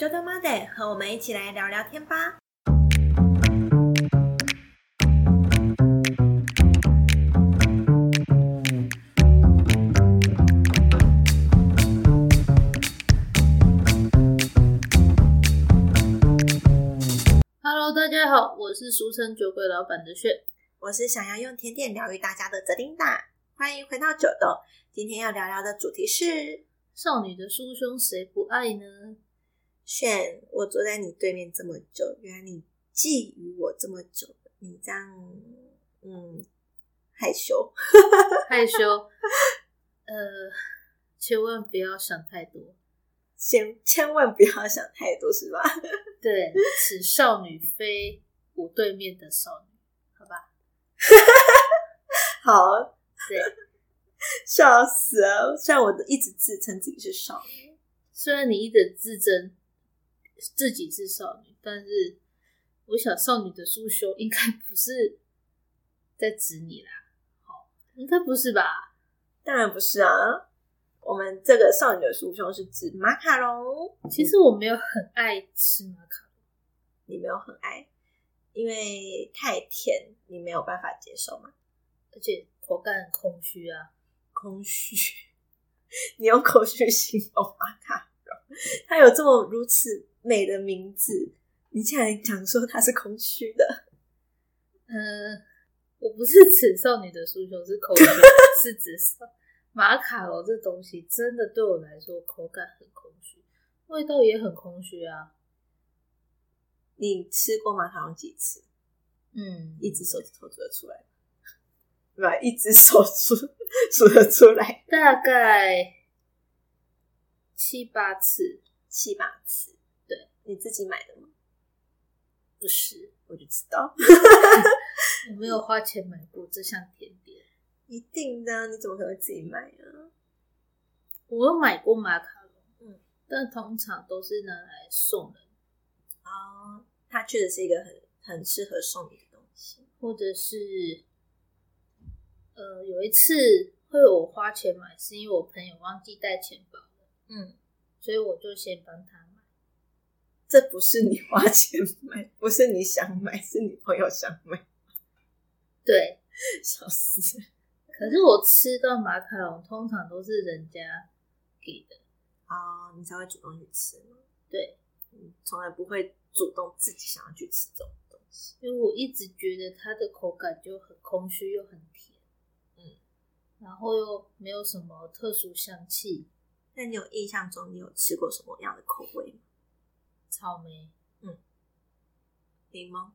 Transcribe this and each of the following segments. j o d o Monday，和我们一起来聊聊天吧。 Hello，大家好，我是俗称酒鬼老板的炫。我是想要用甜点疗愈大家的泽琳达，欢迎回到九豆。今天要聊聊的主题是少女的酥胸谁不爱呢？选。我坐在你对面这么久，原来你觊觎我这么久，你这样，嗯，害羞。害羞， 呃，千万不要想太多。千千万不要想太多，是吧？ 对，此少女非我对面的少女，好吧？好，对，笑死了。虽然我一直自称自己是少女，虽然你一直自称自己是少女，但是我想少女的酥胸应该不是在指你啦，好，应该不是吧？当然不是啊。我们这个少女的酥胸是指马卡龙，其实我没有很爱吃马卡龙，你没有很爱，因为太甜，你没有办法接受嘛。而且口感很空虚啊。空虚， 你用空虚形容马卡龙，它有这么如此美的名字，你竟然讲说它是空虚的，嗯，我不是指少女的诉求，是口感，是指马卡龙这东西真的对我来说口感很空虚，味道也很空虚啊。你吃过马卡龙几次？嗯，一只手指头数得出来，对吧？一只手数数得出来大概七八次，七八次，对，你自己买的吗？不是，我就知道，我没有花钱买过这项甜点。一定的啊，你怎么可能会自己买啊？我有买过马卡龙，嗯嗯，但通常都是拿来送人，哦，它确实是一个很很适合送你的东西。或者是呃，有一次会我花钱买，是因为我朋友忘记带钱包了。嗯，所以我就先帮他买。这不是你花钱买， 不是你想买，是你朋友想买，对，笑死！可是我吃到马卡龙通常都是人家给的，哦，你才会主动去吃吗？对，你从来不会主动自己想要去吃这种东西。因为我一直觉得它的口感就很空虚又很甜，嗯，然后又没有什么特殊香气，那你有印象中你有吃过什么样的口味吗？草莓、柠檬，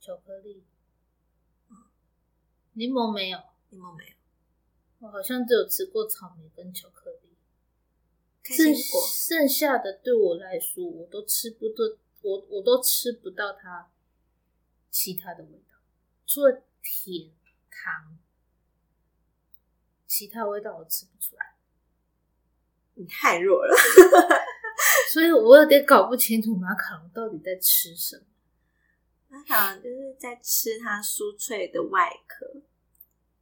巧克力，嗯柠檬没有，柠檬没有，我好像只有吃过草莓跟巧克力，开心剩果剩下的对我来说我都吃不到，我我都吃不到它其他的味道，除了甜糖，其他味道我吃不出来，你太弱了。所以我有点搞不清楚马卡龙到底在吃什么。那好，就是在吃它酥脆的外壳。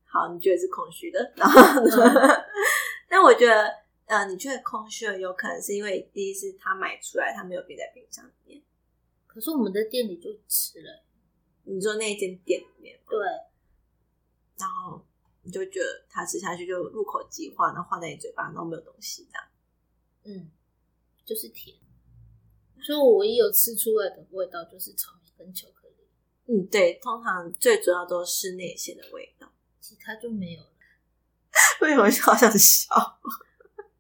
好，你觉得是空虚的， 然后呢？ 但我觉得，呃，你觉得空虚的有可能是因为第一是他买出来，他没有冰在冰箱里面。可是我们在店里就吃了，你说那一间店里面，对，然后你就觉得它吃下去就入口即化，然后化在你嘴巴，然后没有东西这样。嗯，就是甜，所以我唯一有吃出来的味道就是草莓跟巧克力，嗯，对，通常最主要都是那些的味道。 其他就没有了。为什么好想笑？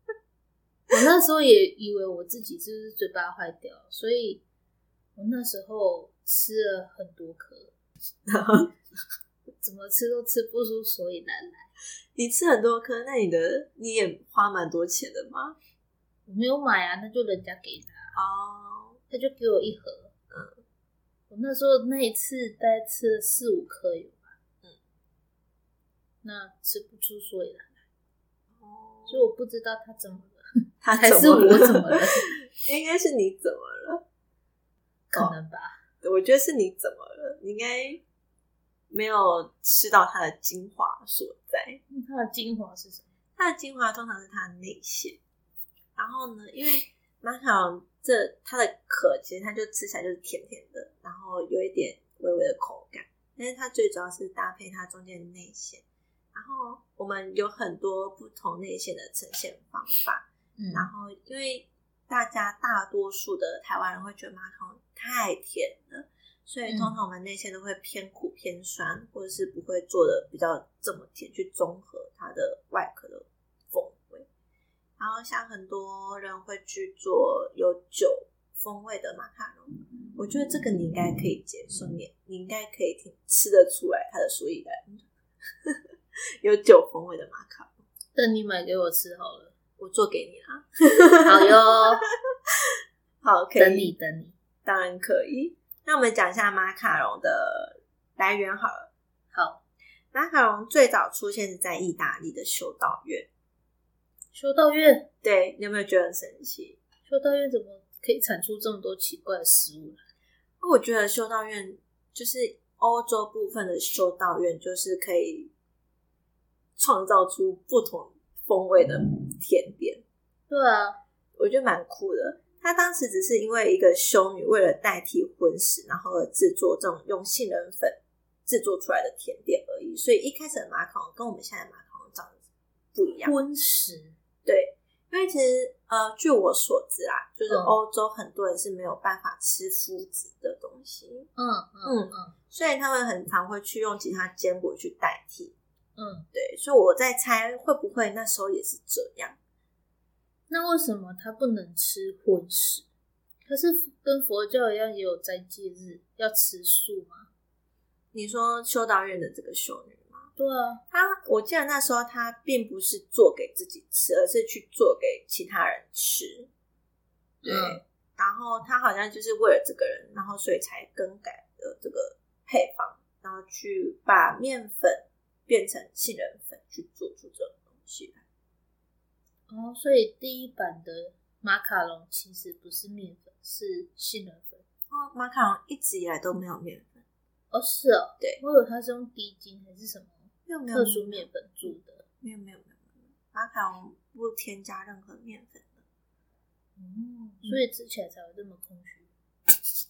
我那时候也以为我自己就是嘴巴坏掉，所以我那时候吃了很多颗，然后怎么吃都吃不出所以然来。 你吃很多颗，那你的你也花蛮多钱的吗？我没有买啊，那就人家给的啊，哦，他就给我一盒。嗯，我那时候那一次大概吃了四五颗有吧。嗯，那吃不出所以然来，哦所以我不知道他怎么了，他还怎是么了我怎么了？ 应该是你怎么了？可能吧。我觉得是你怎么了？你应该没有吃到它的精华所在。那它的精华是什么？它的精华通常是它的内馅。然后呢，因为马卡龙这它的壳其实它就吃起来就是甜甜的，然后有一点微微的口感，但是它最主要是搭配它中间的内馅。然后我们有很多不同内馅的呈现方法，嗯然后因为大家大多数的台湾人会觉得马卡龙太甜了，所以嗯通常我们内馅都会偏苦偏酸，或者是不会做的比较这么甜，去综合它的外壳的风味。然后像很多人会去做有酒风味的马卡龙，我觉得这个你应该可以接受，你你应该可以挺吃得出来它的所以然。 有酒风味的马卡龙，等你买给我吃好 了。我做给你啦。好哟，好，可以，等你等你。当然可以。那我们讲一下马卡龙的来源好了。好，马卡龙最早出现是在意大利的修道院，修道院，对，你有没有觉得很神奇？修道院怎么可以产出这么多奇怪的食物呢？因为哦我觉得修道院就是欧洲部分的修道院，就是可以创造出不同风味的甜点。对啊，我觉得蛮酷的。他当时只是因为一个修女为了代替荤食，然后而制作这种用杏仁粉制作出来的甜点而已。所以一开始的马卡龙跟我们现在的马卡龙长得不一样。荤食，对，因为其实呃，据我所知啊，就是嗯欧洲很多人是没有办法吃麸质的东西，嗯嗯嗯所以他们很常会去用其他坚果去代替。嗯。对，所以我在猜会不会那时候也是这样。那为什么他不能吃荤食？可是跟佛教一样也有斋戒日，要吃素吗？你说修道院的这个修女吗？对啊，他，我记得那时候他并不是做给自己吃，而是去做给其他人吃。对，嗯然后他好像就是为了这个人，然后所以才更改了这个配方，然后去把面粉变成杏仁粉去做出这种东西来。哦，所以第一版的马卡龙其实不是面粉，是杏仁粉。哦，马卡龙一直以来都没有面粉，哦，是哦，对我以为它是用低筋还是什么没有没有特殊面粉做的。没有没有没有没有，马卡龙不添加任何面粉的。哦，所以吃起来才会这么空虚，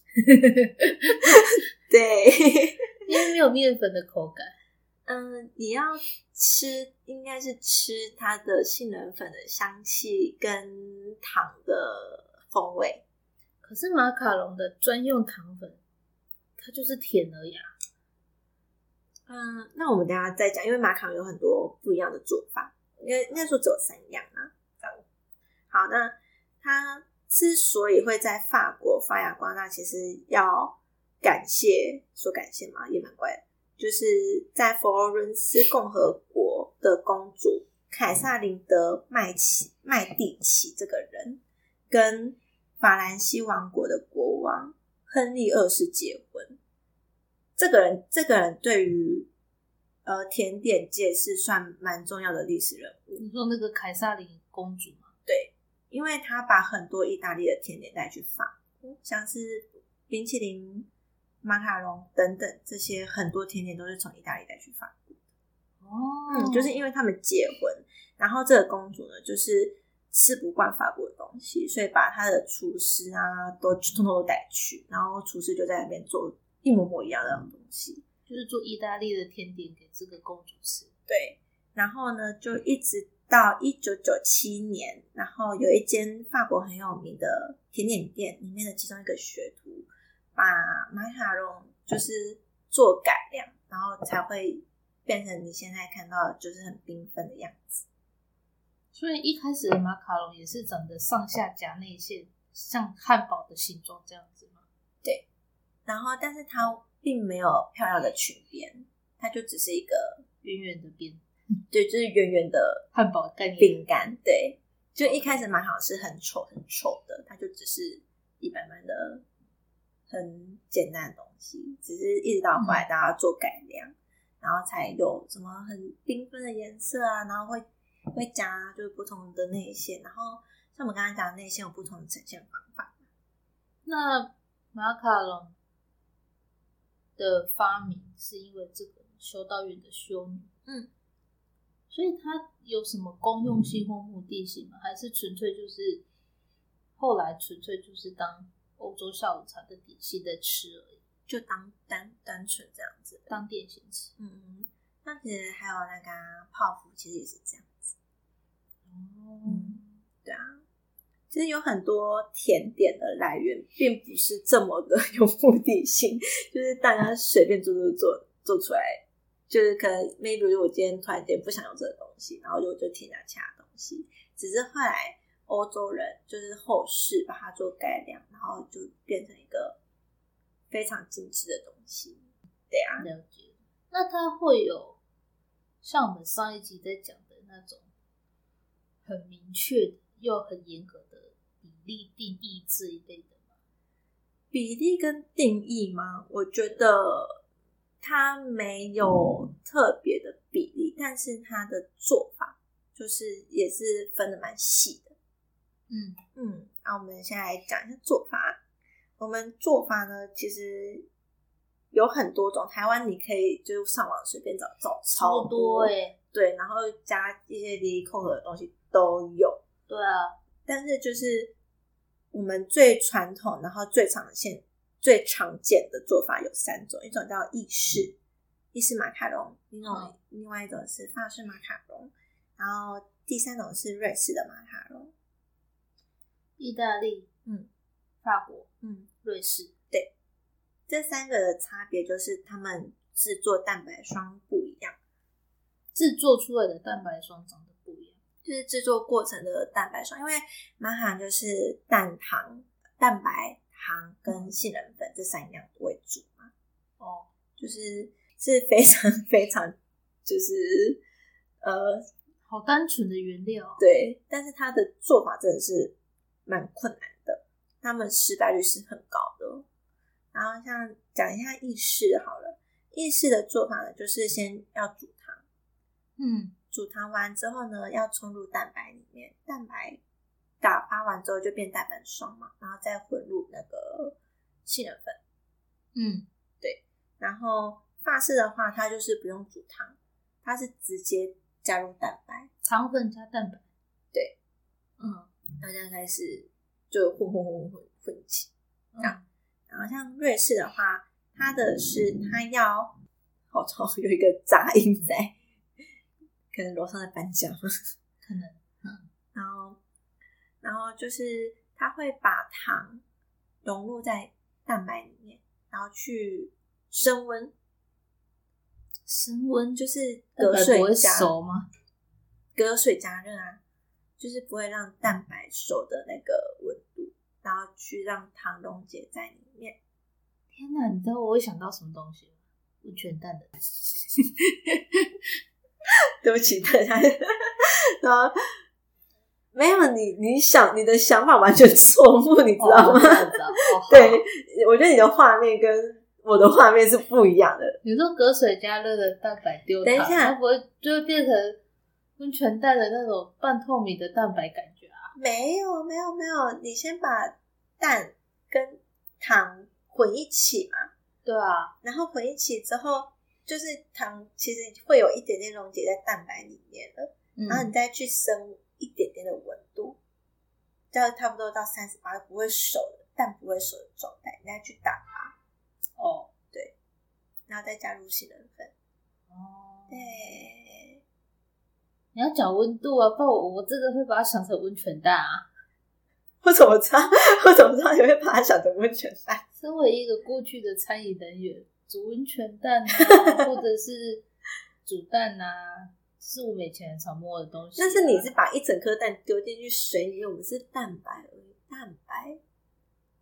对。因为没有面粉的口感。嗯，你要吃应该是吃它的杏仁粉的香气跟糖的风味。可是马卡龙的专用糖粉，它就是甜而已啊。嗯，那我们等一下再讲，因为马卡龙有很多不一样的做法，因为那时候只有三样啊。这样好，那它之所以会在法国发扬光大，其实要感谢，说感谢嘛也蛮怪的，就是在佛罗伦斯共和国的公主凯撒琳德麦奇麦蒂奇这个人，跟法兰西王国的国王亨利二世结婚。这个人，这个人对于呃甜点界是算蛮重要的历史人物，你说那个凯撒琳公主吗？因为他把很多意大利的甜点带去法国，像是冰淇淋、马卡龙等等，这些很多甜点都是从意大利带去法国。哦嗯，就是因为他们结婚，然后这个公主呢，就是吃不惯法国的东西，所以把她的厨师啊都通通都带去，然后厨师就在那边做一模模一样的东西。就是做意大利的甜点给这个公主吃。对，然后呢，就一直到一九九七年，然后有一间法国很有名的甜点店里面的其中一个学徒，把马卡龙就是做改良，然后才会变成你现在看到的就是很缤纷的样子。所以一开始的马卡龙也是长得上下夹内馅，像汉堡的形状这样子吗？然后，但是它并没有漂亮的裙边，它就只是一个圆圆的边，对，就是圆圆的汉堡概念。饼干，对，就一开始马卡龙是很丑很丑的，它就只是一般般的很简单的东西，只是一直到后来大家做改良，然后才有什么很缤纷的颜色啊，然后会会加就是不同的内馅，然后像我们刚才讲的内馅有不同的呈现方法，那马卡龙的发明是因为这个修道院的修女，嗯，所以它有什么功用性或目的性吗？还是纯粹就是后来纯粹就是当欧洲下午茶的点心在吃而已，就当单单纯这样子。当点心吃。嗯，那其实还有那个啊泡芙，其实也是这样子。嗯对啊，其实有很多甜点的来源并不是这么的有目的性， 就是大家随便做做做做出来，就是可能 maybe 我今天突然间不想用这个东西，然后就就添加其他东西。只是后来欧洲人就是后世把它做改良，然后就变成一个非常精致的东西。对啊，嗯了解。那它会有像我们上一集在讲的那种很明确又很严格的比例定义这一类的吗？比例跟定义吗？我觉得它没有特别的比例，但是它的做法就是也是分的蛮细的。嗯，嗯，那我们现在来讲一下做法。我们做法呢，其实有很多种，台湾你可以就上网随便找，找超多哎、对，然后加一些离扣合的东西都有。对啊，但是就是我们最传统，然后最常见、最常见的做法有三种，一种叫意式，意式马卡龙；另外、嗯另外一种是法式马卡龙，然后第三种是瑞士的马卡龙。意大利、嗯法国、嗯，瑞士，这三个的差别就是他们制作蛋白霜不一样，制作出来的蛋白霜长得不一样。就是制作过程的蛋白霜，因为马卡龙就是蛋糖、蛋白糖跟杏仁粉这三样为主嘛。哦，就是是非常 非常就是呃好单纯的原料。，哦对，但是他的做法真的是蛮困难的，他们失败率是很高的。哦然后像讲一下意式好了，意式的做法呢，就是先要煮汤，嗯，煮汤完之后呢，要冲入蛋白里面，蛋白打发完之后就变蛋白霜嘛，然后再混入那个杏仁粉。嗯，然后法式的话，它就是不用煮汤，它是直接加入蛋白，糖粉加蛋白。对，嗯，大家开始就混混混混混起。嗯啊然后像瑞士的话，它的是它要，好吵，有一个杂音在，可能楼上在搬家。可能然后，然后就是它会把糖融入在蛋白里面，然后去升温，升温就是蛋隔白不水会加熟吗？隔水加热啊，就是不会让蛋白熟的那个温度，然后去让糖溶解在里面。 天哪，你知道我会想到什么东西吗？温泉蛋的对不起，大家，然后没有你，你想你的想法完全错误，你知道吗？哦、我知道，哦、好对，我觉得你的画面跟我的画面是不一样的。你说隔水加热的蛋白丢等它，一下它不会就会变成温泉蛋的那种半透明的蛋白感觉啊？没有，没有，没有，你先把蛋跟糖混一起嘛，对啊，然后混一起之后，就是糖其实会有一点点溶解在蛋白里面了。嗯然啊后你再去升一点点的温度，到差不多到三十八不会熟的，但不会熟的状态，你再去打发，哦然后再加入杏仁粉。哦，对，你要讲温度啊，不然我我真的会把它想成温泉蛋啊。 我怎么知道？我怎么知道你会把它想成温泉蛋？身为一个过去的餐饮人员，煮温泉蛋啊，或者是煮蛋啊，是我们以前很常摸的东西啊、但是你是把一整颗蛋丢进去水里面，我们是蛋白而已，蛋白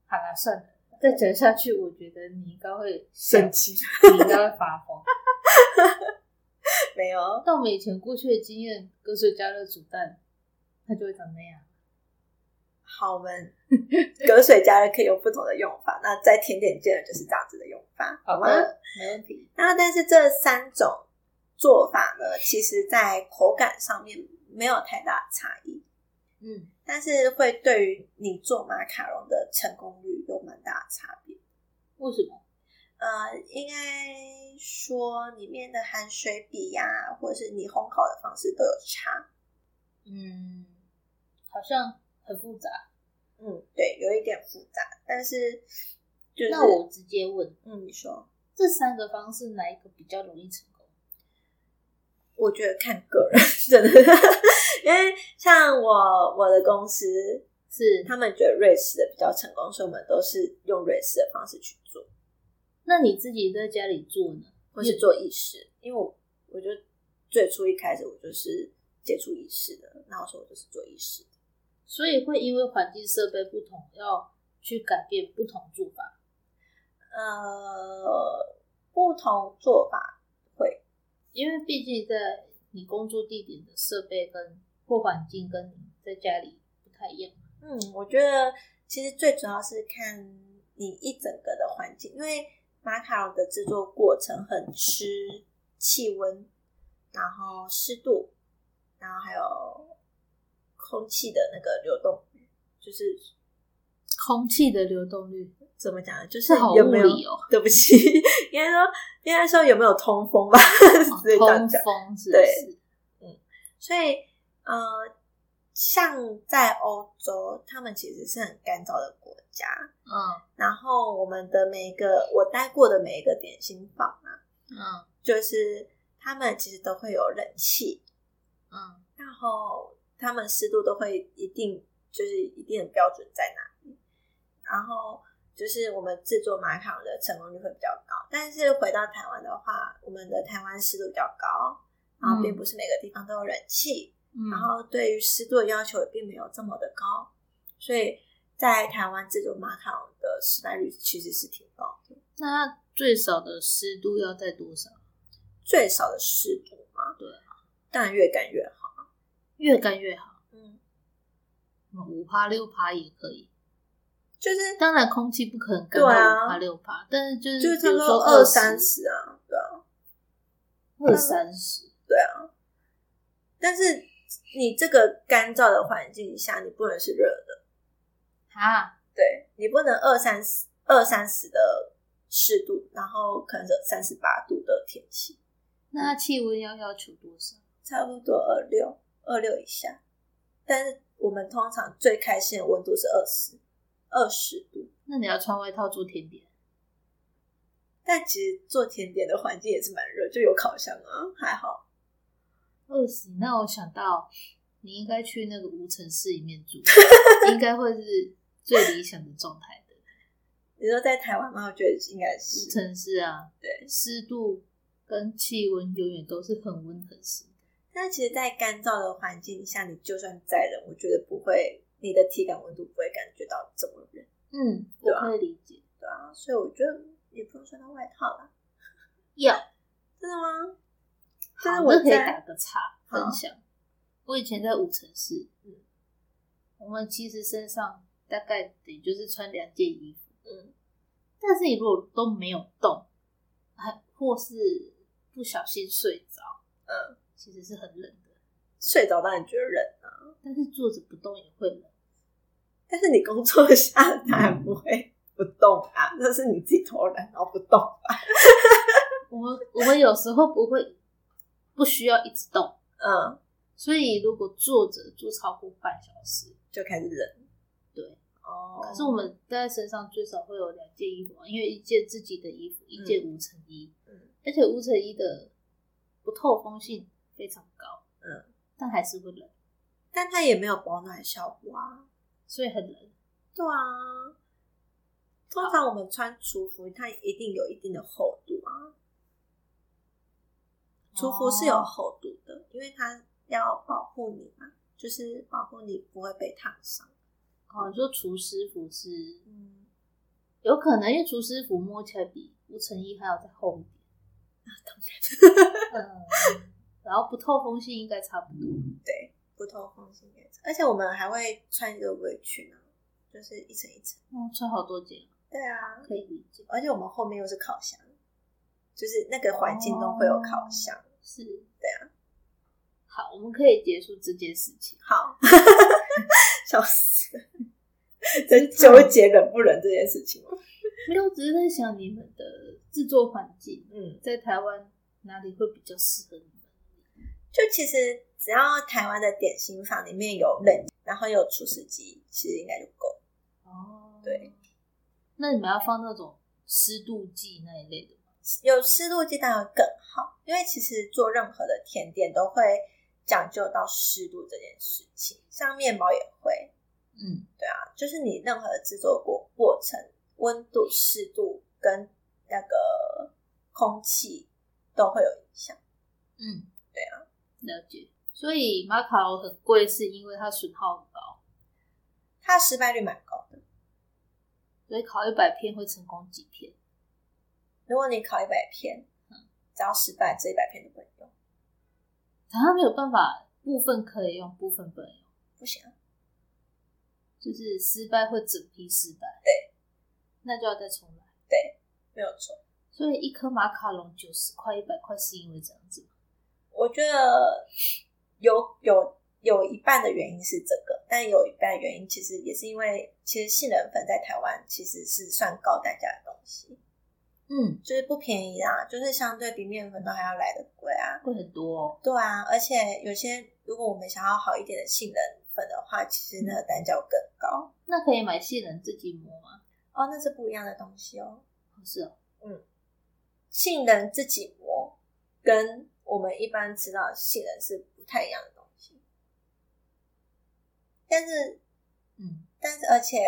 好啦，算了，再讲下去，我觉得你应该会神奇你应该会发疯。没有。但我们以前过去的经验，隔水加热煮蛋，它就会长那样。好，我们 隔水加热可以有不同的用法。那在甜点界就是这样子的用法，好啊吗？的，没问题。那但是这三种做法呢，其实在口感上面没有太大的差异，嗯，但是会对于你做马卡龙的成功率有蛮大的差别。为什么？呃，应该说里面的含水比呀、或者是你烘烤的方式都有差。嗯，好像很复杂。嗯，对，有一点复杂，但是就是那我直接问，嗯，你说，这三个方式哪一个比较容易成功？我觉得看个人，真的， 因为像我我的公司，是他们觉得瑞士的比较成功，所以我们都是用瑞士的方式去做。那你自己在家里做呢？或是做意识，因为我我就最初一开始我就是接触意识的，然后说我就是做意识的，所以会因为环境设备不同，要去改变不同做法。呃，不同做法会，因为毕竟在你工作地点的设备跟或环境跟你在家里不太一样。嗯，我觉得其实最主要是看你一整个的环境，因为马卡龙的制作过程很吃气温，然后湿度，然后还有空气的那个流动，就是空气的流动率怎么讲呢？就是是好有没有物理哦对不起， 应该说应该说有没有通风 吧，哦直接这样通讲。风是不对是？所以呃，像在欧洲，他们其实是很干燥的国家。嗯然后我们的每一个我待过的每一个点心房啊，嗯就是他们其实都会有冷气，嗯，然后他们湿度都会一定就是一定的标准在哪里，然后就是我们制作马卡龙的成功率会比较高。但是回到台湾的话，我们的台湾湿度比较高，然后并不是每个地方都有冷气，嗯然后对于湿度的要求也并没有这么的高，所以在台湾制作马卡龙的失败率其实是挺高的，那它最少的湿度要在多少？最少的湿度嘛，对啊当然越干越好，越干越好，嗯，五趴六趴也可以。就是当然，空气不可能对干到啊五趴六趴，但是就是就是比差不如多说二三十、十啊，对啊。二三十，但是你这个干燥的环境下，你不能是热的，哈，对你不能二三十二三十的湿度，然后可能是三十八度的天气，那它气温要要求多少？差不多二六二六以下。但是我们通常最开心的温度是二十二十度，那你要穿外套做甜点，但其实做甜点的环境也是蛮热，就有烤箱啊，还好。二十。那我想到你应该去那个无尘室里面 住，应该会是最理想的状态的你说在台湾吗？我觉得应该是无尘室啊。对，湿度跟气温永远都是很温很湿。但其实，在干燥的环境下，你就算再冷，我觉得不会，你的体感温度不会感觉到这么冷，嗯，对我啊会理解。对啊。所以我觉得也不用穿到外套啦。要真的吗？好，但是这我可以打在个岔好分享。我以前在五城市，嗯我们其实身上大概也就是穿两件衣服，嗯但是你如果都没有动，还或是不小心睡着，嗯，其实是很冷的。睡着当然觉得冷啊，但是坐着不动也会冷，但是你工作下当然不会不动啊，那是你自己偷懒然后不动吧？我们我们有时候不会不需要一直动，嗯，所以如果坐着坐超过半小时，就开始冷。对，哦，可是我们在身上最少会有两件衣服嘛，因为一件自己的衣服，一件无尘衣，嗯而且无尘衣的不透风性非常高，嗯，但还是会冷，但它也没有保暖效果啊。所以很冷。对啊，通常我们穿厨服，它一定有一定的厚度啊。厨服是有厚度的，因为它要保护你嘛，就是保护你不会被烫伤。哦，你说厨师服是嗯，有可能，因为厨师服摸起来比无尘衣还要再厚一点。嗯，然后不透风性应该差不多。对，不透风性也是而且我们还会穿一个围裙啊，就是一层一层。嗯，穿好多件对啊，可以理解。而且我们后面又是烤箱，就是那个环境中会有烤箱。是，对啊。好，我们可以结束这件事情。 好，笑 死了，在纠结冷不冷这件事情吗。没有，我只是在想你们的制作环境嗯，在台湾哪里会比较适合你们？就其实只要台湾的点心房里面有冷，然后有厨师机，其实应该就够。哦对，那你们要放那种湿度计那一类的吗？有湿度计当然更好，因为其实做任何的甜点都会讲究到湿度这件事情，像面包也会，啊嗯，就是你任何的制作过过程，温度、湿度跟那个空气都会有影响。嗯，对啊，了解。所以马卡龙很贵，是因为它损耗很高，它失败率蛮高的，所以烤一百片会成功几片？如果你烤一百片，嗯只要失败，这一百片就不能用，它没有办法，部分可以用，部分不能用，不行啊。就是失败会整批失败。对，那就要再重来。没有错。所以一颗马卡龙九十块、一百块是因为这样子吗？我觉得有有有一半的原因是这个，但有一半的原因其实也是因为，其实杏仁粉在台湾其实是算高单价的东西，嗯，就是不便宜啊，就是相对比面粉都还要来的贵啊。会很多哦。对啊，而且有些如果我们想要好一点的杏仁粉的话，其实那个单价会更高那可以买杏仁自己磨吗？哦，那是不一样的东西哦。哦是哦，杏仁自己磨跟我们一般吃到的杏仁是不太一样的东西，但是嗯，但是而且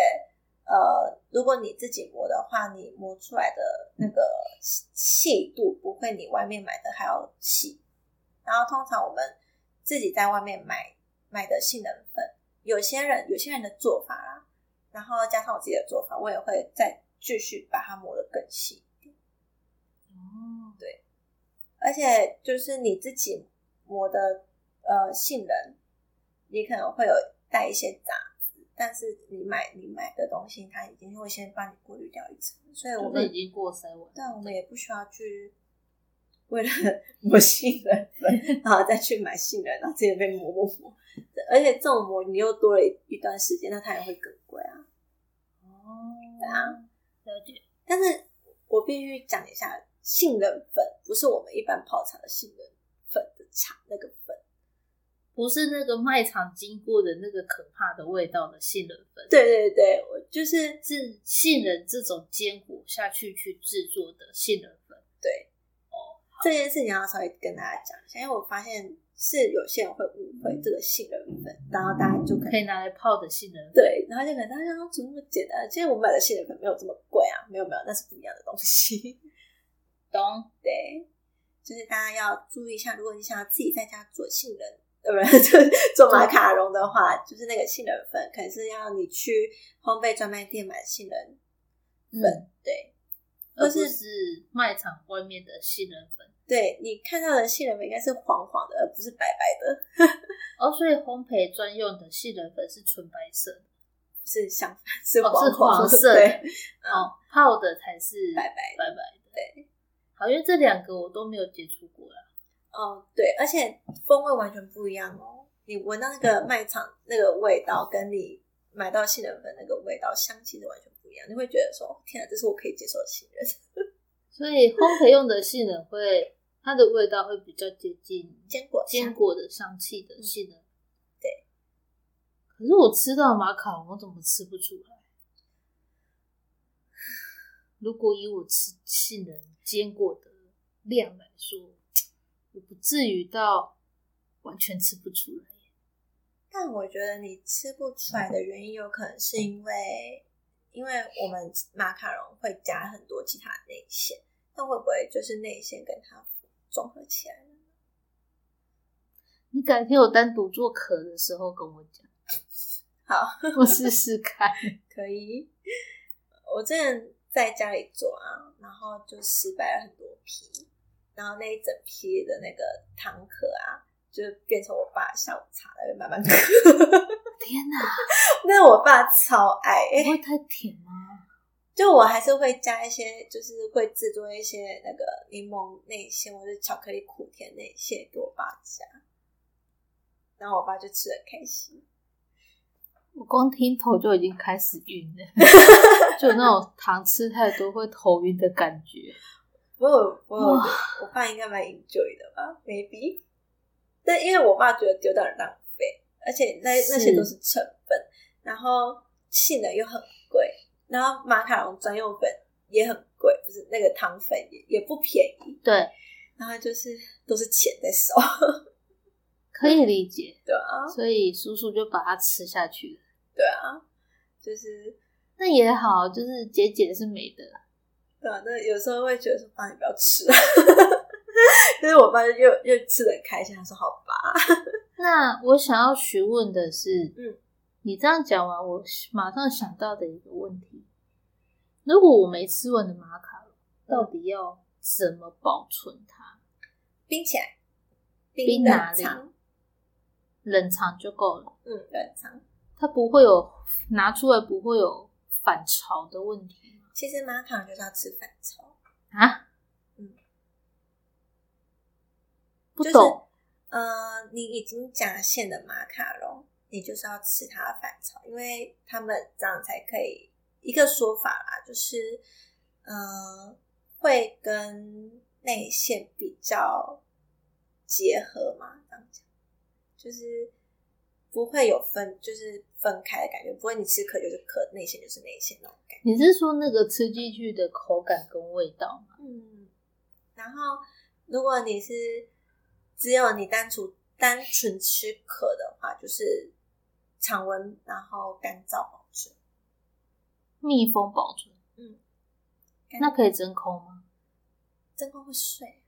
呃，如果你自己磨的话，你磨出来的那个细细度不会你外面买的还要细。然后通常我们自己在外面买买的杏仁粉，有些人有些人的做法啦，然后加上我自己的做法，我也会再继续把它磨得更细。哦，而且就是你自己磨的呃杏仁，你可能会有带一些杂质，但是你买你买的东西，它已经会先帮你过滤掉一层，所以我就是们已经过筛完了。但我们也不需要去为了 磨杏仁粉， 然后再去买杏仁，然后直接被磨磨磨。而且这种磨你又多了一一段时间，那它也会更贵啊。哦，对啊，了解。但是我必须讲一下，杏仁粉不是我们一般泡茶的杏仁粉的茶那个粉。不是那个卖场经过的那个可怕的味道的杏仁粉，，对对对，我就是是杏仁这种坚果下去去制作的杏仁粉。对这件事情要稍微跟大家讲一下，因为我发现是有些人会误会这个杏仁粉，然后大家就可可以以拿来泡的杏仁粉，对，然后就可能大家说怎么那么简单？其实我买的杏仁粉没有这么贵啊，没有没有，那是不一样的东西。 懂？对，就是大家要注意一下，如果你想要自己在家做杏仁，呃，不是 就是做马卡龙的话，就是那个杏仁粉，可能是要你去烘焙专卖店买杏仁，嗯，对，而或不是是卖场外面的杏仁粉。对你看到的杏仁粉应该是黄黄的，而不是白白的。哦，所以烘焙专用的杏仁粉是纯白色的，是相反，是哦黄是黄黄色的对，哦，泡的才是白白的白白的。对，好，因为这两个我都没有接触过啦。哦对，而且风味完全不一样哦。你闻到那个卖场那个味道，跟你买到杏仁粉那个味道，香气是完全不一样。你会觉得说，天啊，这是我可以接受的杏仁，所以烘焙用的杏仁会，它的味道会比较接近坚果香坚。果的香嗯气的杏仁。对。可是我吃到马卡龙，我怎么吃不出来？如果以我吃杏仁坚果的量来说，我不至于到完全吃不出来。但我觉得你吃不出来的原因，有可能是因为，因为我们马卡龙会加很多其他内馅，那会不会就是内馅跟它综合起来呢？你改天我单独做壳的时候跟我讲，好，我试试看。可以。我之前在家里做啊，然后就失败了很多批，然后那一整批的那个糖壳啊，就变成我爸下午茶那边慢慢喝。 天哪， 那我爸超爱、哎不会太甜吗？就我还是会加一些，就是会制作一些那个柠檬内馅或者巧克力苦甜内馅给我爸加，然后我爸就吃的开心。我光听头就已经开始晕了， 就有那种糖吃太多会头晕的感觉。我有我有哇我爸应该蛮 enjoy 的吧，maybe。但因为我爸觉得丢掉很浪费，而且那是那些都是成本，然后性能又很贵，然后马卡龙专用粉也很贵，就是那个糖粉也也不便宜，对，然后就是都是钱在手，可以理解。对啊，所以叔叔就把它吃下去了。对啊， 就是那也好，就是姐姐是美的，对啊，那有时候会觉得说啊，你不要吃， 但是我爸就又又吃的很开心，他说好吧，那我想要询问的是，嗯，你这样讲完，我马上想到的一个问题：如果我没吃完的马卡龙，到底要怎么保存它？冰起来，冰冷哪里藏，冷藏就够了，嗯，冷藏。它不会有拿出来不会有反潮的问题吗其实马卡龙就是要吃反潮，啊？嗯，不就是懂，呃，你已经夹馅的马卡龙，你就是要吃它的反潮，因为他们这样才可以。一个说法啦，就是，呃，会跟内馅比较结合嘛，这样讲，就是不会有分，就是分开的感觉，不会你吃壳就是壳，内馅就是内馅那种感觉。你是说那个吃进去的口感跟味道吗？嗯，然后如果你是只有你单纯单纯吃壳的话，就是常温，然后干燥保存。密封保存，嗯干那可以真空吗？真空会碎。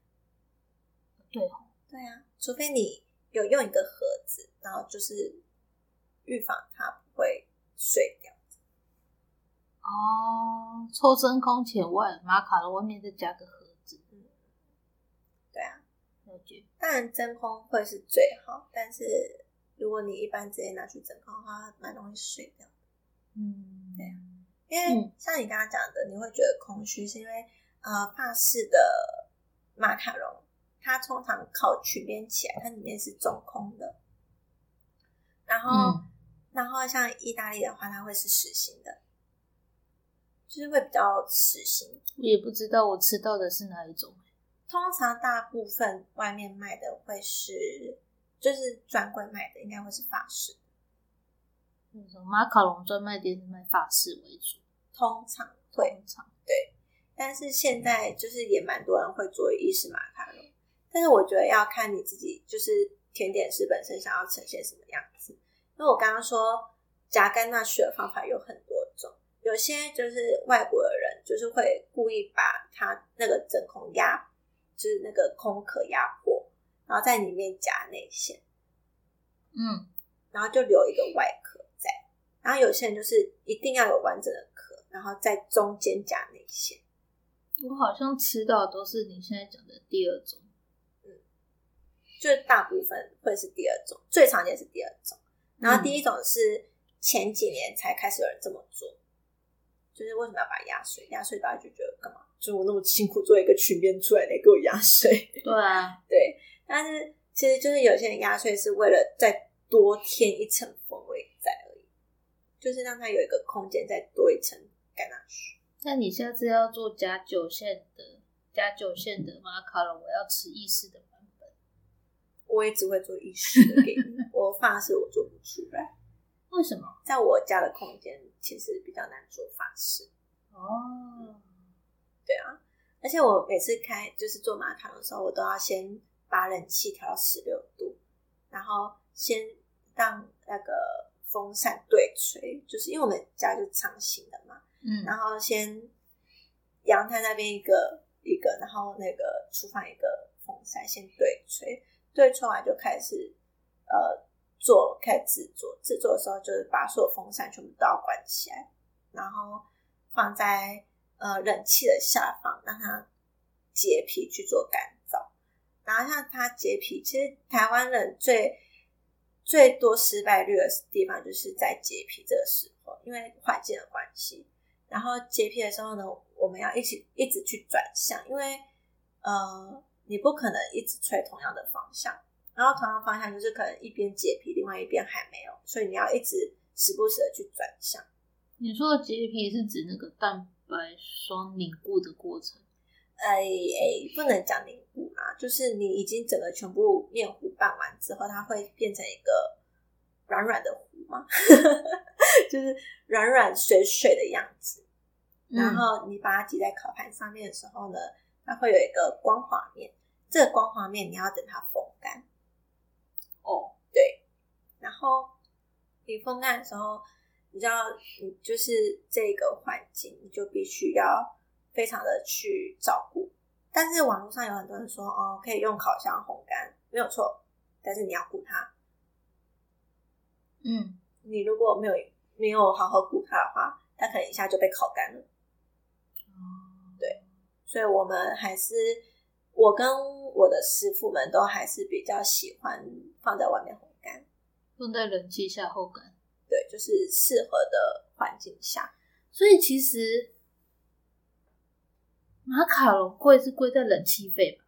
对哦对啊，除非你有用一个盒子，然后就是预防它不会碎掉。哦，抽真空前外，马卡龙外面再加个盒子，嗯对啊，了解。当然真空会是最好，但是如果你一般直接拿去真空的话，蛮容易碎掉。嗯，对对啊因为嗯像你刚刚讲的，你会觉得空虚，是因为呃，法式的马卡龙，它通常烤曲边起来，它里面是中空的。然后，嗯然后像意大利的话，它会是实心的，就是会比较实心。我也不知道我吃到的是哪一种。通常大部分外面卖的会是，就是专柜卖的，应该会是法式。那种马卡龙专卖店是卖法式为主，通常会，通常但是现在就是也蛮多人会做意式马卡龙，但是我觉得要看你自己就是甜点师本身想要呈现什么样子。因为我刚刚说夹甘纳许的方法有很多种，有些就是外国的人就是会故意把它那个真空压，就是那个空壳压破，然后在里面夹内馅。嗯，然后就留一个外壳在。然后有些人就是一定要有完整的壳，然后在中间夹内馅。我好像吃到的都是你现在讲的第二种。就是大部分会是第二种，最常见是第二种。然后第一种是前几年才开始有人这么做，就是为什么要把它压碎？压碎大家就觉得干嘛？就我那么辛苦做一个裙边出来，你给我压碎？对啊， 对，但是其实就是有些人压碎是为了再多添一层风味在而已，就是让它有一个空间再多一层甘纳许。那你下次要做加九线的加九线的马卡龙，我要吃意式的版本。我也只会做一式的给你， 我发式我做不出来，为什么？在我家的空间其实比较难做法式。哦，而且我每次开就是做马卡龙的时候，我都要先把冷气调到十六度，然后先让那个风扇对吹，就是因为我们家就是长形的嘛，嗯，然后先阳台那边一个一个，然后那个厨房一个风扇先对吹，对吹完就开始呃做，开始制作。制作的时候就是把所有风扇全部都要关起来，然后放在呃冷气的下方，让它结皮去做干燥。然后像它结皮，其实台湾人最最多失败率的地方就是在结皮这个时候，因为环境的关系。然后结皮的时候呢，我们要一起一直去转向，因为呃，你不可能一直吹同样的方向，然后同样方向就是可能一边结皮，另外一边还没有，所以你要一直时不时的去转向。你说的结皮是指那个蛋白霜凝固的过程。哎哎，不能讲凝固啦，就是你已经整个全部面糊拌完之后，它会变成一个 软软的糊嘛，就是软软水水的样子。嗯然后你把它挤在烤盘上面的时候呢，它会有一个光滑面，这个光滑面你要等它风干，哦，然后你风干的时候，你知道，你就是这个环境，你就必须要非常的去照顾。但是网络上有很多人说，哦，可以用烤箱烘干，没有错，但是你要顾它。嗯，你如果没有没有好好顾它的话，它可能一下就被烤干了。所以我们还是，我跟我的师傅们都还是比较喜欢放在外面烘干。用在冷气下后感。对，就是适合的环境下。所以其实马卡龙贵是贵在冷气费吧？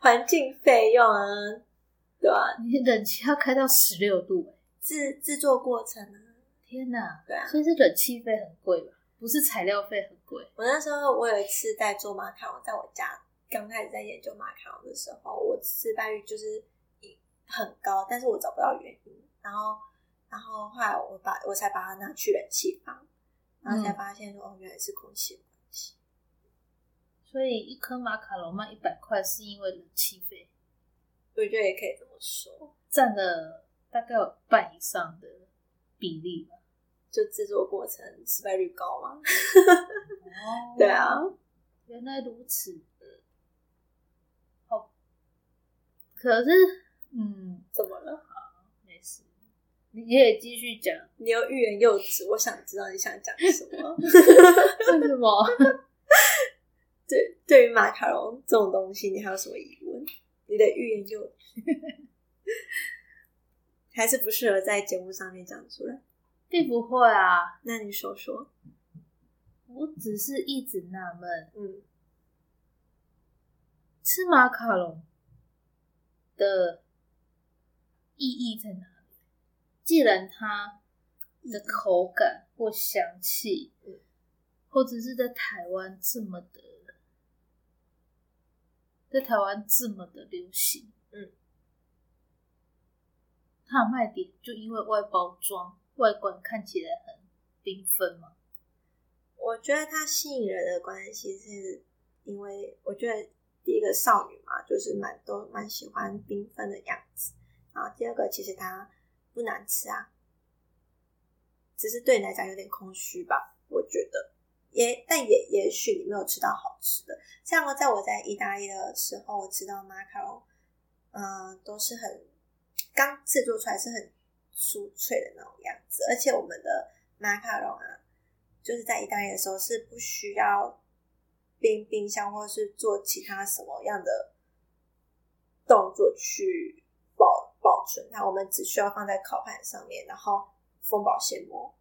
环境费用啊，对吧、你冷气要开到十六度、欸，制制作过程啊，天哪！对啊。所以是冷气费很贵吧？不是材料费很贵，我那时候我有一次在做马卡龙，在我家刚开始在研究马卡龙的时候，我失败率就是很高，但是我找不到原因。然后，然后后来我把我才把它拿去冷气房，然后才嗯发现说，哦，原来是空气的关系。所以一颗马卡龙卖一百块是因为冷气费我觉得也可以这么说，占了大概有半以上的比例吧。就制作过程失败率高嘛。哦对啊，，原来如此。好，可是嗯，怎么了？没事，你也继续讲。你又欲言又止，我想知道你想讲什么。为什么？对，对于马卡龙这种东西，你还有什么疑问？你的欲言 又止，还是不适合在节目上面讲出来。 并不会啊，那你说说，我只是一直纳闷，嗯，吃马卡龙的意义在哪里？既然它的口感或香气嗯，或者是在台湾这么的，在台湾这么的流行，嗯，它的卖点就因为外包装、外观看起来很缤纷嘛，我觉得它吸引人的关系是因为，我觉得第一个少女嘛，就是蛮都蛮喜欢缤纷的样子。然后第二个，其实它不难吃啊，只是对你来讲有点空虚吧，我觉得。也但也也许你没有吃到好吃的，像我在我在意大利的时候，我吃到马卡龙，嗯、都是很刚制作出来是很酥脆的那种样子，而且我们的马卡龙啊，就是在意大利的时候是不需要冰冰箱或是做其他什么样的动作去保保存它，我们只需要放在烤盘上面，然后封保鲜膜，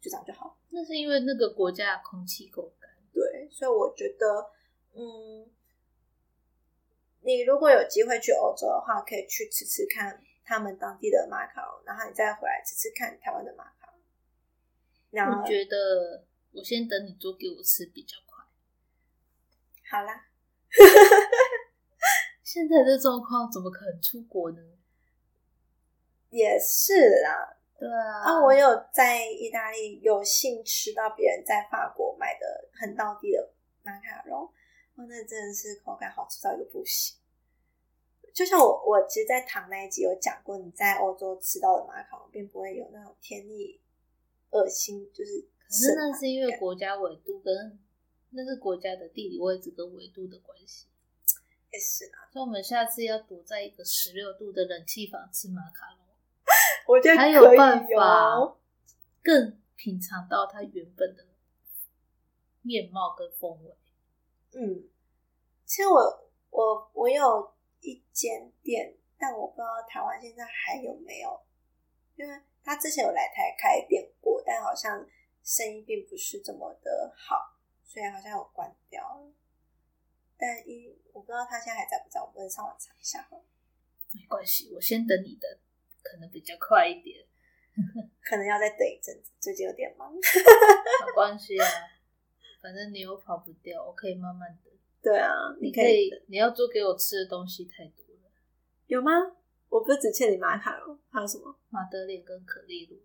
就这样就好了。那是因为那个国家的空气口感。对，所以我觉得，嗯，你如果有机会去欧洲的话，可以去吃吃看他们当地的马卡龙，然后你再回来吃吃看台湾的马卡龙。然后我觉得我先等你做给我吃比较快。好啦，现在这状况怎么可能出国呢？也是啦。对啊啊，我有在意大利有幸吃到别人在法国买的很道地的马卡龙，哇，那真的是口感好吃到一个不行。就像我，我其实，在糖那一集有讲过，你在欧洲吃到的马卡龙并不会有那种甜腻、恶心，就是可是生那是因为国家纬度跟那是国家的地理位置跟纬度的关系，也是啦。所以我们下次要躲在一个十六度的冷气房吃马卡龙，我觉得才可以办哦法更品尝到它原本的面貌跟风味。嗯，其实我我我有一间店，但我不知道台湾现在还有没有，因为他之前有来台开店过，但好像生意并不是这么的好，所以好像有关掉了。但一我不知道他现在还在不在，我们上网查一下好了没关系，我先等你的，可能比较快一点，可能要再等一阵子，最近有点忙。 没关系啊，反正你又跑不掉，我可以慢慢等。对啊，你可可以以，你要做给我吃的东西太多了，有吗？我不是只欠你马卡龙，还有什么？马德莲跟可丽露。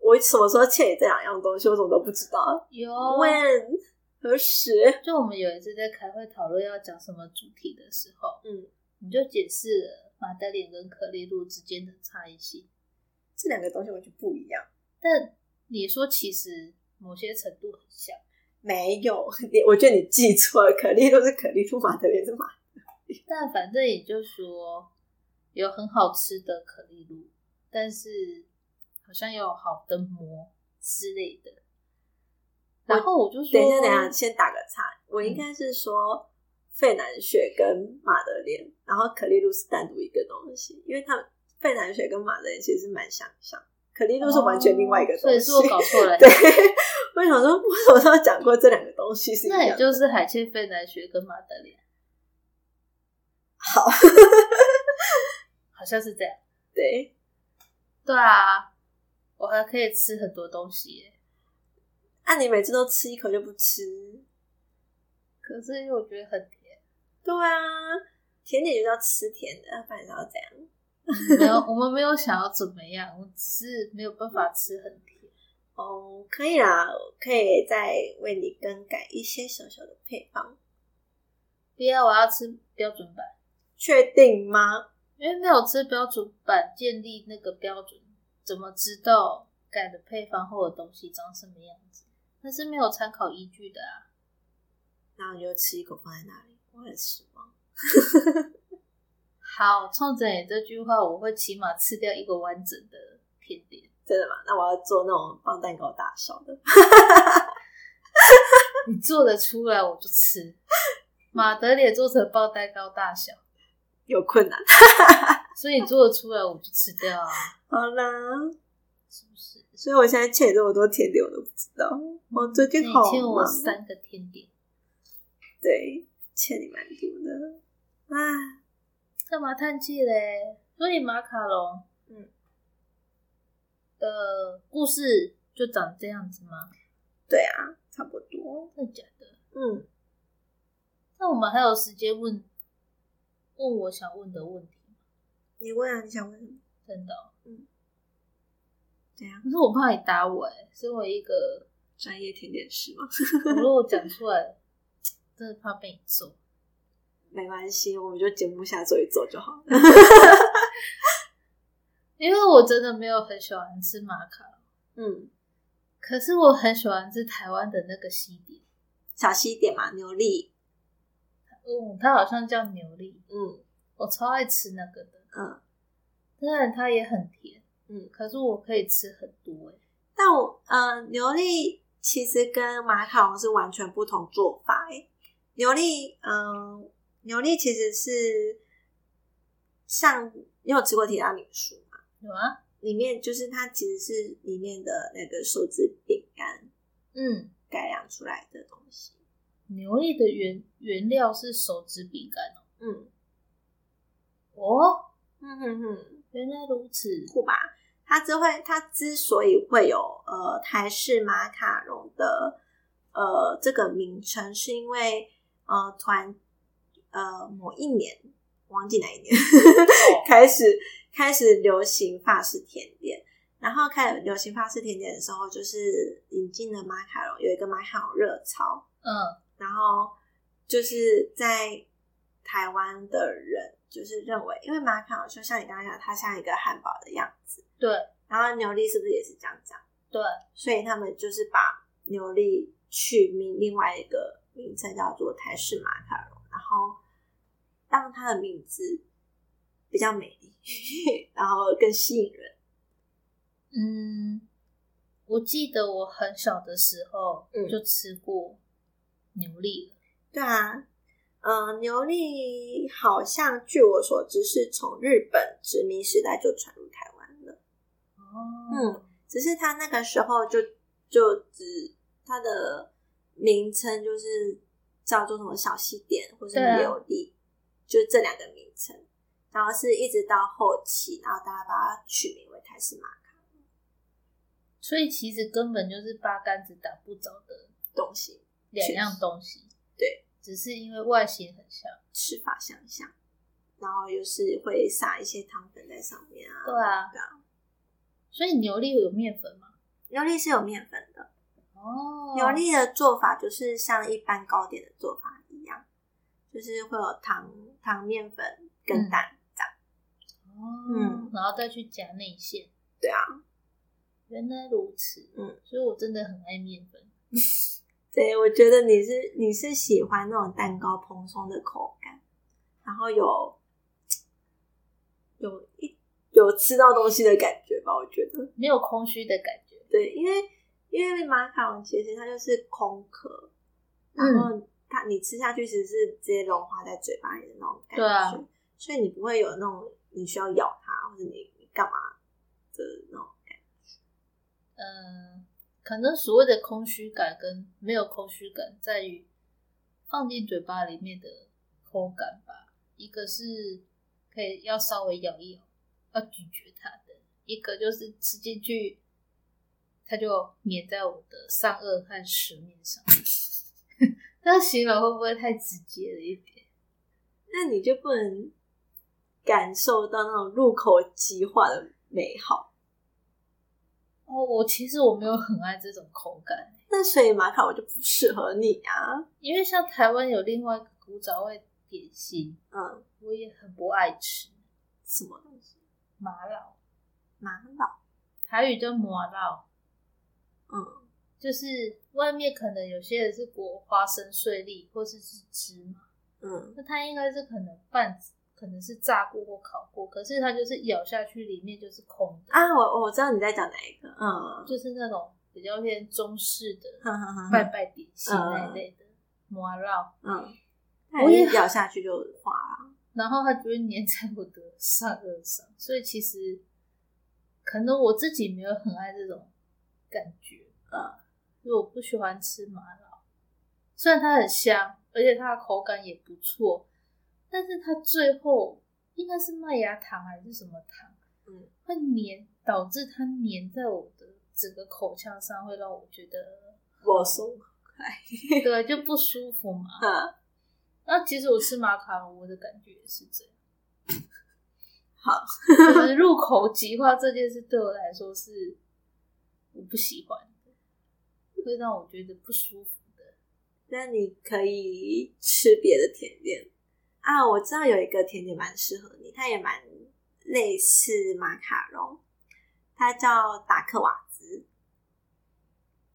我什么时候欠你这两样东西，我怎么都不啊知道有啊？When 何时？就我们有一次在开会讨论要讲什么主题的时候，嗯，你就解释了马德莲跟可丽露之间的差异性，这两个东西完全不一样。但你说其实某些程度很像，没有，你我觉得你记错了，可丽露是可丽露，马德莲是马。但反正也就说有很好吃的可丽露，但是好像有好的馍之类的。我然后我就说，等一下，等一下，先打个岔。我嗯应该是说费南雪跟马德莲，然后可丽露是单独一个东西，因为他们费南雪跟马德莲其实是蛮相像，可丽露是完全另外一个哦所东以西。是我搞错 了。对，我想说，我什么时候讲过这两个东西是一那样也的？就是海鲜费南雪跟马德莲。 好，好像是这样。对，对啊，我还可以吃很多东西耶。那、啊你每次都吃一口就不吃，可是因为我觉得很甜，对啊，甜点就是要吃甜的，不然你要怎样？没有，我们没有想要怎么样，我只是没有办法吃很甜。哦，可以啦，可以再为你更改一些小小的配方，不要，我要吃标准版，确定吗？因为没有吃标准版，建立那个标准，怎么知道改的配方后的东西长什么样子？那是没有参考依据的啊。然后你就吃一口放在那里，我很失望。好，冲着你这句话，我会起码吃掉一个完整的甜点。真的吗？那我要做那种放蛋糕大小的。 你做得出来，我就吃。马德莲做成包蛋糕大小，有困难。所以做得出来我就吃掉啊，好啦，是不是？所以我现在欠你这么多甜点，我都不知道。我最近好你嗯欠我忙，啊三个甜点，对，欠你蛮多的。啊唉，干嘛叹气嘞？所以马卡龙，嗯，的故事就长这样子吗？对啊，差不多。真的假的？嗯，那我们还有时间问问我想问的问题吗？你问啊，你想问什么？真的哦、怎样？可是我怕你打我 哎、身为一个，专业甜点师吗？我如果讲出来，真的怕被你揍。没关系，我们就节目下做一做就好了。因为我真的没有很喜欢吃马卡龙，嗯，可是我很喜欢吃台湾的那个西点，小西点嘛，牛粒。嗯，它好像叫牛粒，嗯我超爱吃那个的。嗯，当然它也很甜，嗯可是我可以吃很多哎、但我呃，牛粒其实跟马卡龙是完全不同做法诶。牛粒，嗯、牛粒其实是像你有吃过提拉米苏吗？有啊，里面就是它其实是里面的那个手指饼干嗯，改良出来的东西。牛粒的原原料是手指饼干哦。嗯哦，嗯哼哼。原来如此。酷吧。它之会，它之所以会有呃台式马卡龙的呃这个名称，是因为呃团呃某一年，忘记哪一年， 开始开始流行法式甜点，然后开始流行法式甜点的时候，就是引进了马卡龙，有一个马卡龙热潮，嗯，然后就是在台湾的人就是认为，因为马卡龙就像你刚刚讲，它像一个汉堡的样子，对然后牛力是不是也是这样讲？对，所以他们就是把牛力取名另外一个名称叫做台式马卡龙，然后让它的名字比较美丽，然后更吸引人。嗯，我记得我很小的时候嗯就吃过牛粒了。对啊，嗯，牛力好像据我所知是从日本殖民时代就传入台湾了。哦，嗯，只是他那个时候就就只他的名称就是叫做什么小西点或是对啊琉璃，就这两个名称。然后是一直到后期，然后大家把它取名为台式马卡所以其实根本就是八竿子打不着的东西，两样东西。对，只是因为外形很像。吃法相像，然后又是会撒一些糖粉在上面啊。对啊对啊，所以牛粒有面粉吗？牛粒是有面粉的，哦，牛粒的做法就是像一般糕点的做法一样，就是会有糖、糖、面粉嗯跟蛋。哦，然后再去夹内馅。嗯对啊，原来如此。嗯，所以我真的很爱面粉。对，我觉得你是你是喜欢那种蛋糕蓬松的口感，然后有有一有吃到东西的感觉吧？我觉得没有空虚的感觉。对，因为因为马卡龙其实它就是空壳，然嗯后它你吃下去其实是直接融化在嘴巴里的那种感觉，对啊所以你不会有那种你需要咬它或者你你干嘛的那种感觉。嗯，可能所谓的空虚感跟没有空虚感，在于放进嘴巴里面的口感吧。一个是可以要稍微咬一咬，要咀嚼它的；一个就是吃进去，它就粘在我的上颚和舌面上。 那形容会不会太直接了一点？那你就不能感受到那种入口即化的美好。哦，我其实我没有很爱这种口感，那所以马卡我就不适合你啊。因为像台湾有另外一个古早味点心，嗯，我也很不爱吃什么东西？麻辣，玛瑙。台语叫麻辣，嗯就是外面可能有些人是裹花生碎粒或是是芝麻，嗯那它应该是可能半可能是炸过或烤过，可是它就是咬下去里面就是空的，啊，我我知道你在讲哪一个。嗯，就是那种比较偏中式的哼哼哼拜哼拜点心那一类的麻辣，嗯，我也那你咬下去就化了。然后它就会粘在我的上颚上，所以其实可能我自己没有很爱这种感觉，嗯，因为我不喜欢吃麻辣，虽然它很香，而且它的口感也不错，但是它最后应该是麦芽糖还是什么糖，嗯，会粘，导致它粘在我的整个口腔上，会让我觉 得我松。对就不舒服嘛。嗯，那其实我吃马卡龙，我的感觉也是这样。好，就是入口即化这件事对我来说是我不喜欢的，会让我觉得不舒服的。那你可以吃别的甜点啊。我知道有一个甜点蛮适合你，它也蛮类似马卡龙，它叫达克瓦兹。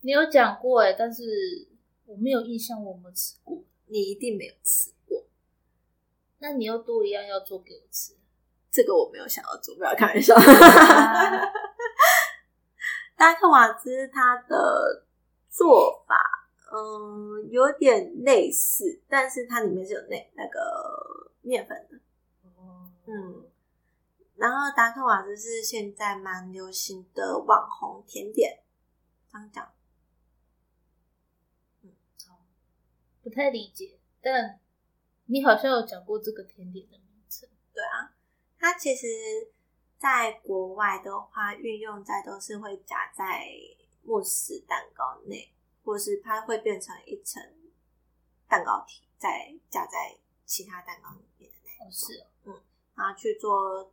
你有讲过哎、但是我没有印象我有没有吃过。你一定没有吃过，那你又多一样要做给我吃，这个我没有想要做，不要开玩笑。 达克瓦兹它的做法，嗯，有点类似，但是它里面是有那那个面粉的，哦嗯。然后达克瓦兹是现在蛮流行的网红甜点，这样讲，不太理解，但你好像有讲过这个甜点的名称。它其实在国外的话，运用在都是会夹在慕斯蛋糕内，或是它会变成一层蛋糕体，再夹在其他蛋糕里面的那一种。哦，是哦，然后去做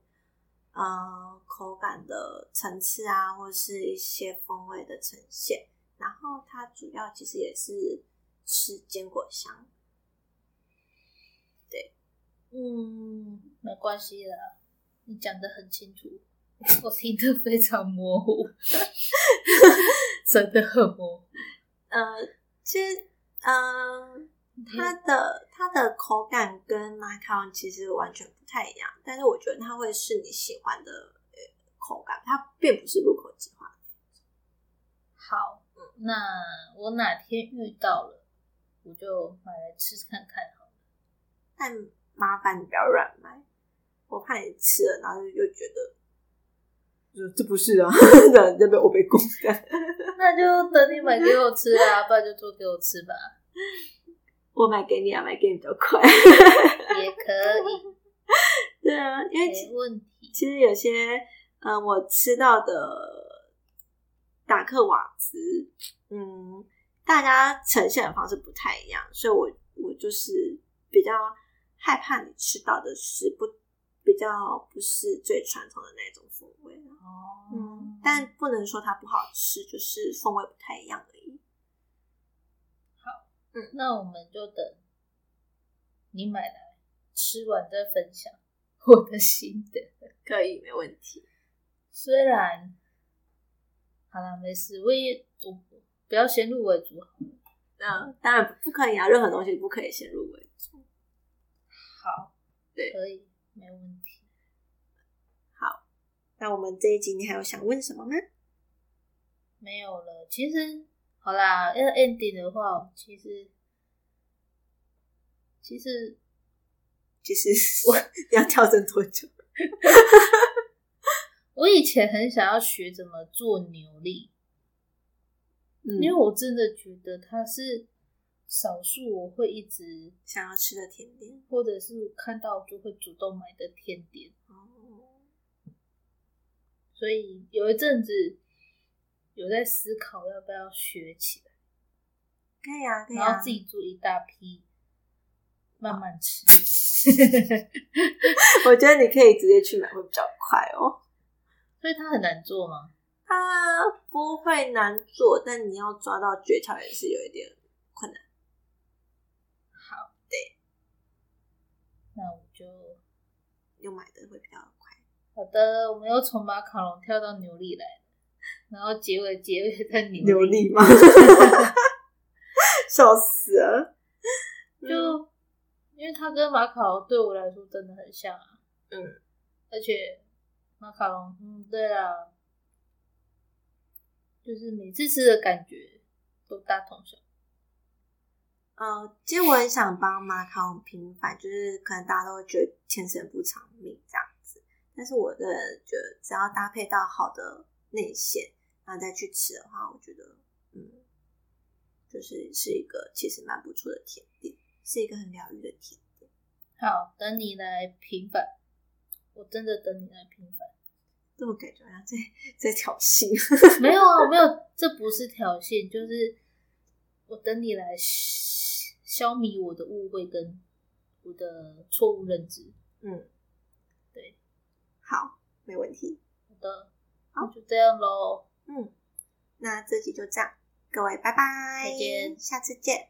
呃口感的层次啊，或是一些风味的呈现。然后它主要其实也是吃坚果香，嗯，没关系啦，你讲的很清楚，我听得非常模糊， 真的很模糊。呃，其实呃它的它的口感跟马卡龙其实完全不太一样，但是我觉得它会是你喜欢的呃口感，它并不是入口即化。好，那我哪天遇到了，我就买来吃看看好了。但麻烦你不要乱买，我怕你吃了然后又觉得，就这不 是啊，那那边我被攻这样。那就等你买给我吃啦，不然就做给我吃吧，我买给你啊，买给你比较快。 也可以，对啊，因为其没问题。其实有些，嗯、我吃到的达克瓦兹，嗯，大家呈现的方式不太一样，所以我我就是比较害怕你吃到的是不比较不是最传统的那种风味啊。哦嗯，但不能说它不好吃，就是风味不太一样而已。那我们就等你买来吃完再分享我的心得。可以，没问题。虽然好啦，没事，我也我不要先入为主好了。那嗯当然不可以啊，任何东西不可以先入为主。好，对可以，没问题。那我们这一集你还有想问什么吗？没有了。其实好啦，要 ending 的话，其实其实其实我 你要调整多久？我以前很想要学怎么做牛力，嗯因为我真的觉得它是少数我会一直想要吃的甜点或者是看到就会主动买的甜点。哦，所以有一阵子有在思考要不要学起来，可以啊，可以然啊后自。己做一大批，慢慢吃。我觉得你可以直接去买会比较快哦。所以它很难做吗？它不会难做，但你要抓到诀窍也是有一点困难。好，对，那我就用买的会比较快。好的，我们又从马卡龙跳到牛力来了，然后结尾结尾在牛流利 吗？笑死了。嗯就因为它跟马卡龙对我来说真的很像啊。嗯，而且马卡龙，嗯，对啦，就是每次吃的感觉都大同小异。呃，其实我很想帮马卡龙平反，就是可能大家都会觉得天生不偿命这样子，但是我个人觉得只要搭配到好的内馅，然后再去吃的话，我觉得嗯，就是是一个其实蛮不错的甜点，是一个很疗愈的甜点。好，等你来平反，我真的等你来平反。这种感觉好像在在挑衅， 没有啊，没有，这不是挑衅，就是我等你来消消弭我的误会跟我的错误认知。嗯，对，好，没问题。好的，好那就这样喽。嗯，那这集就这样，各位拜拜，再见下次见。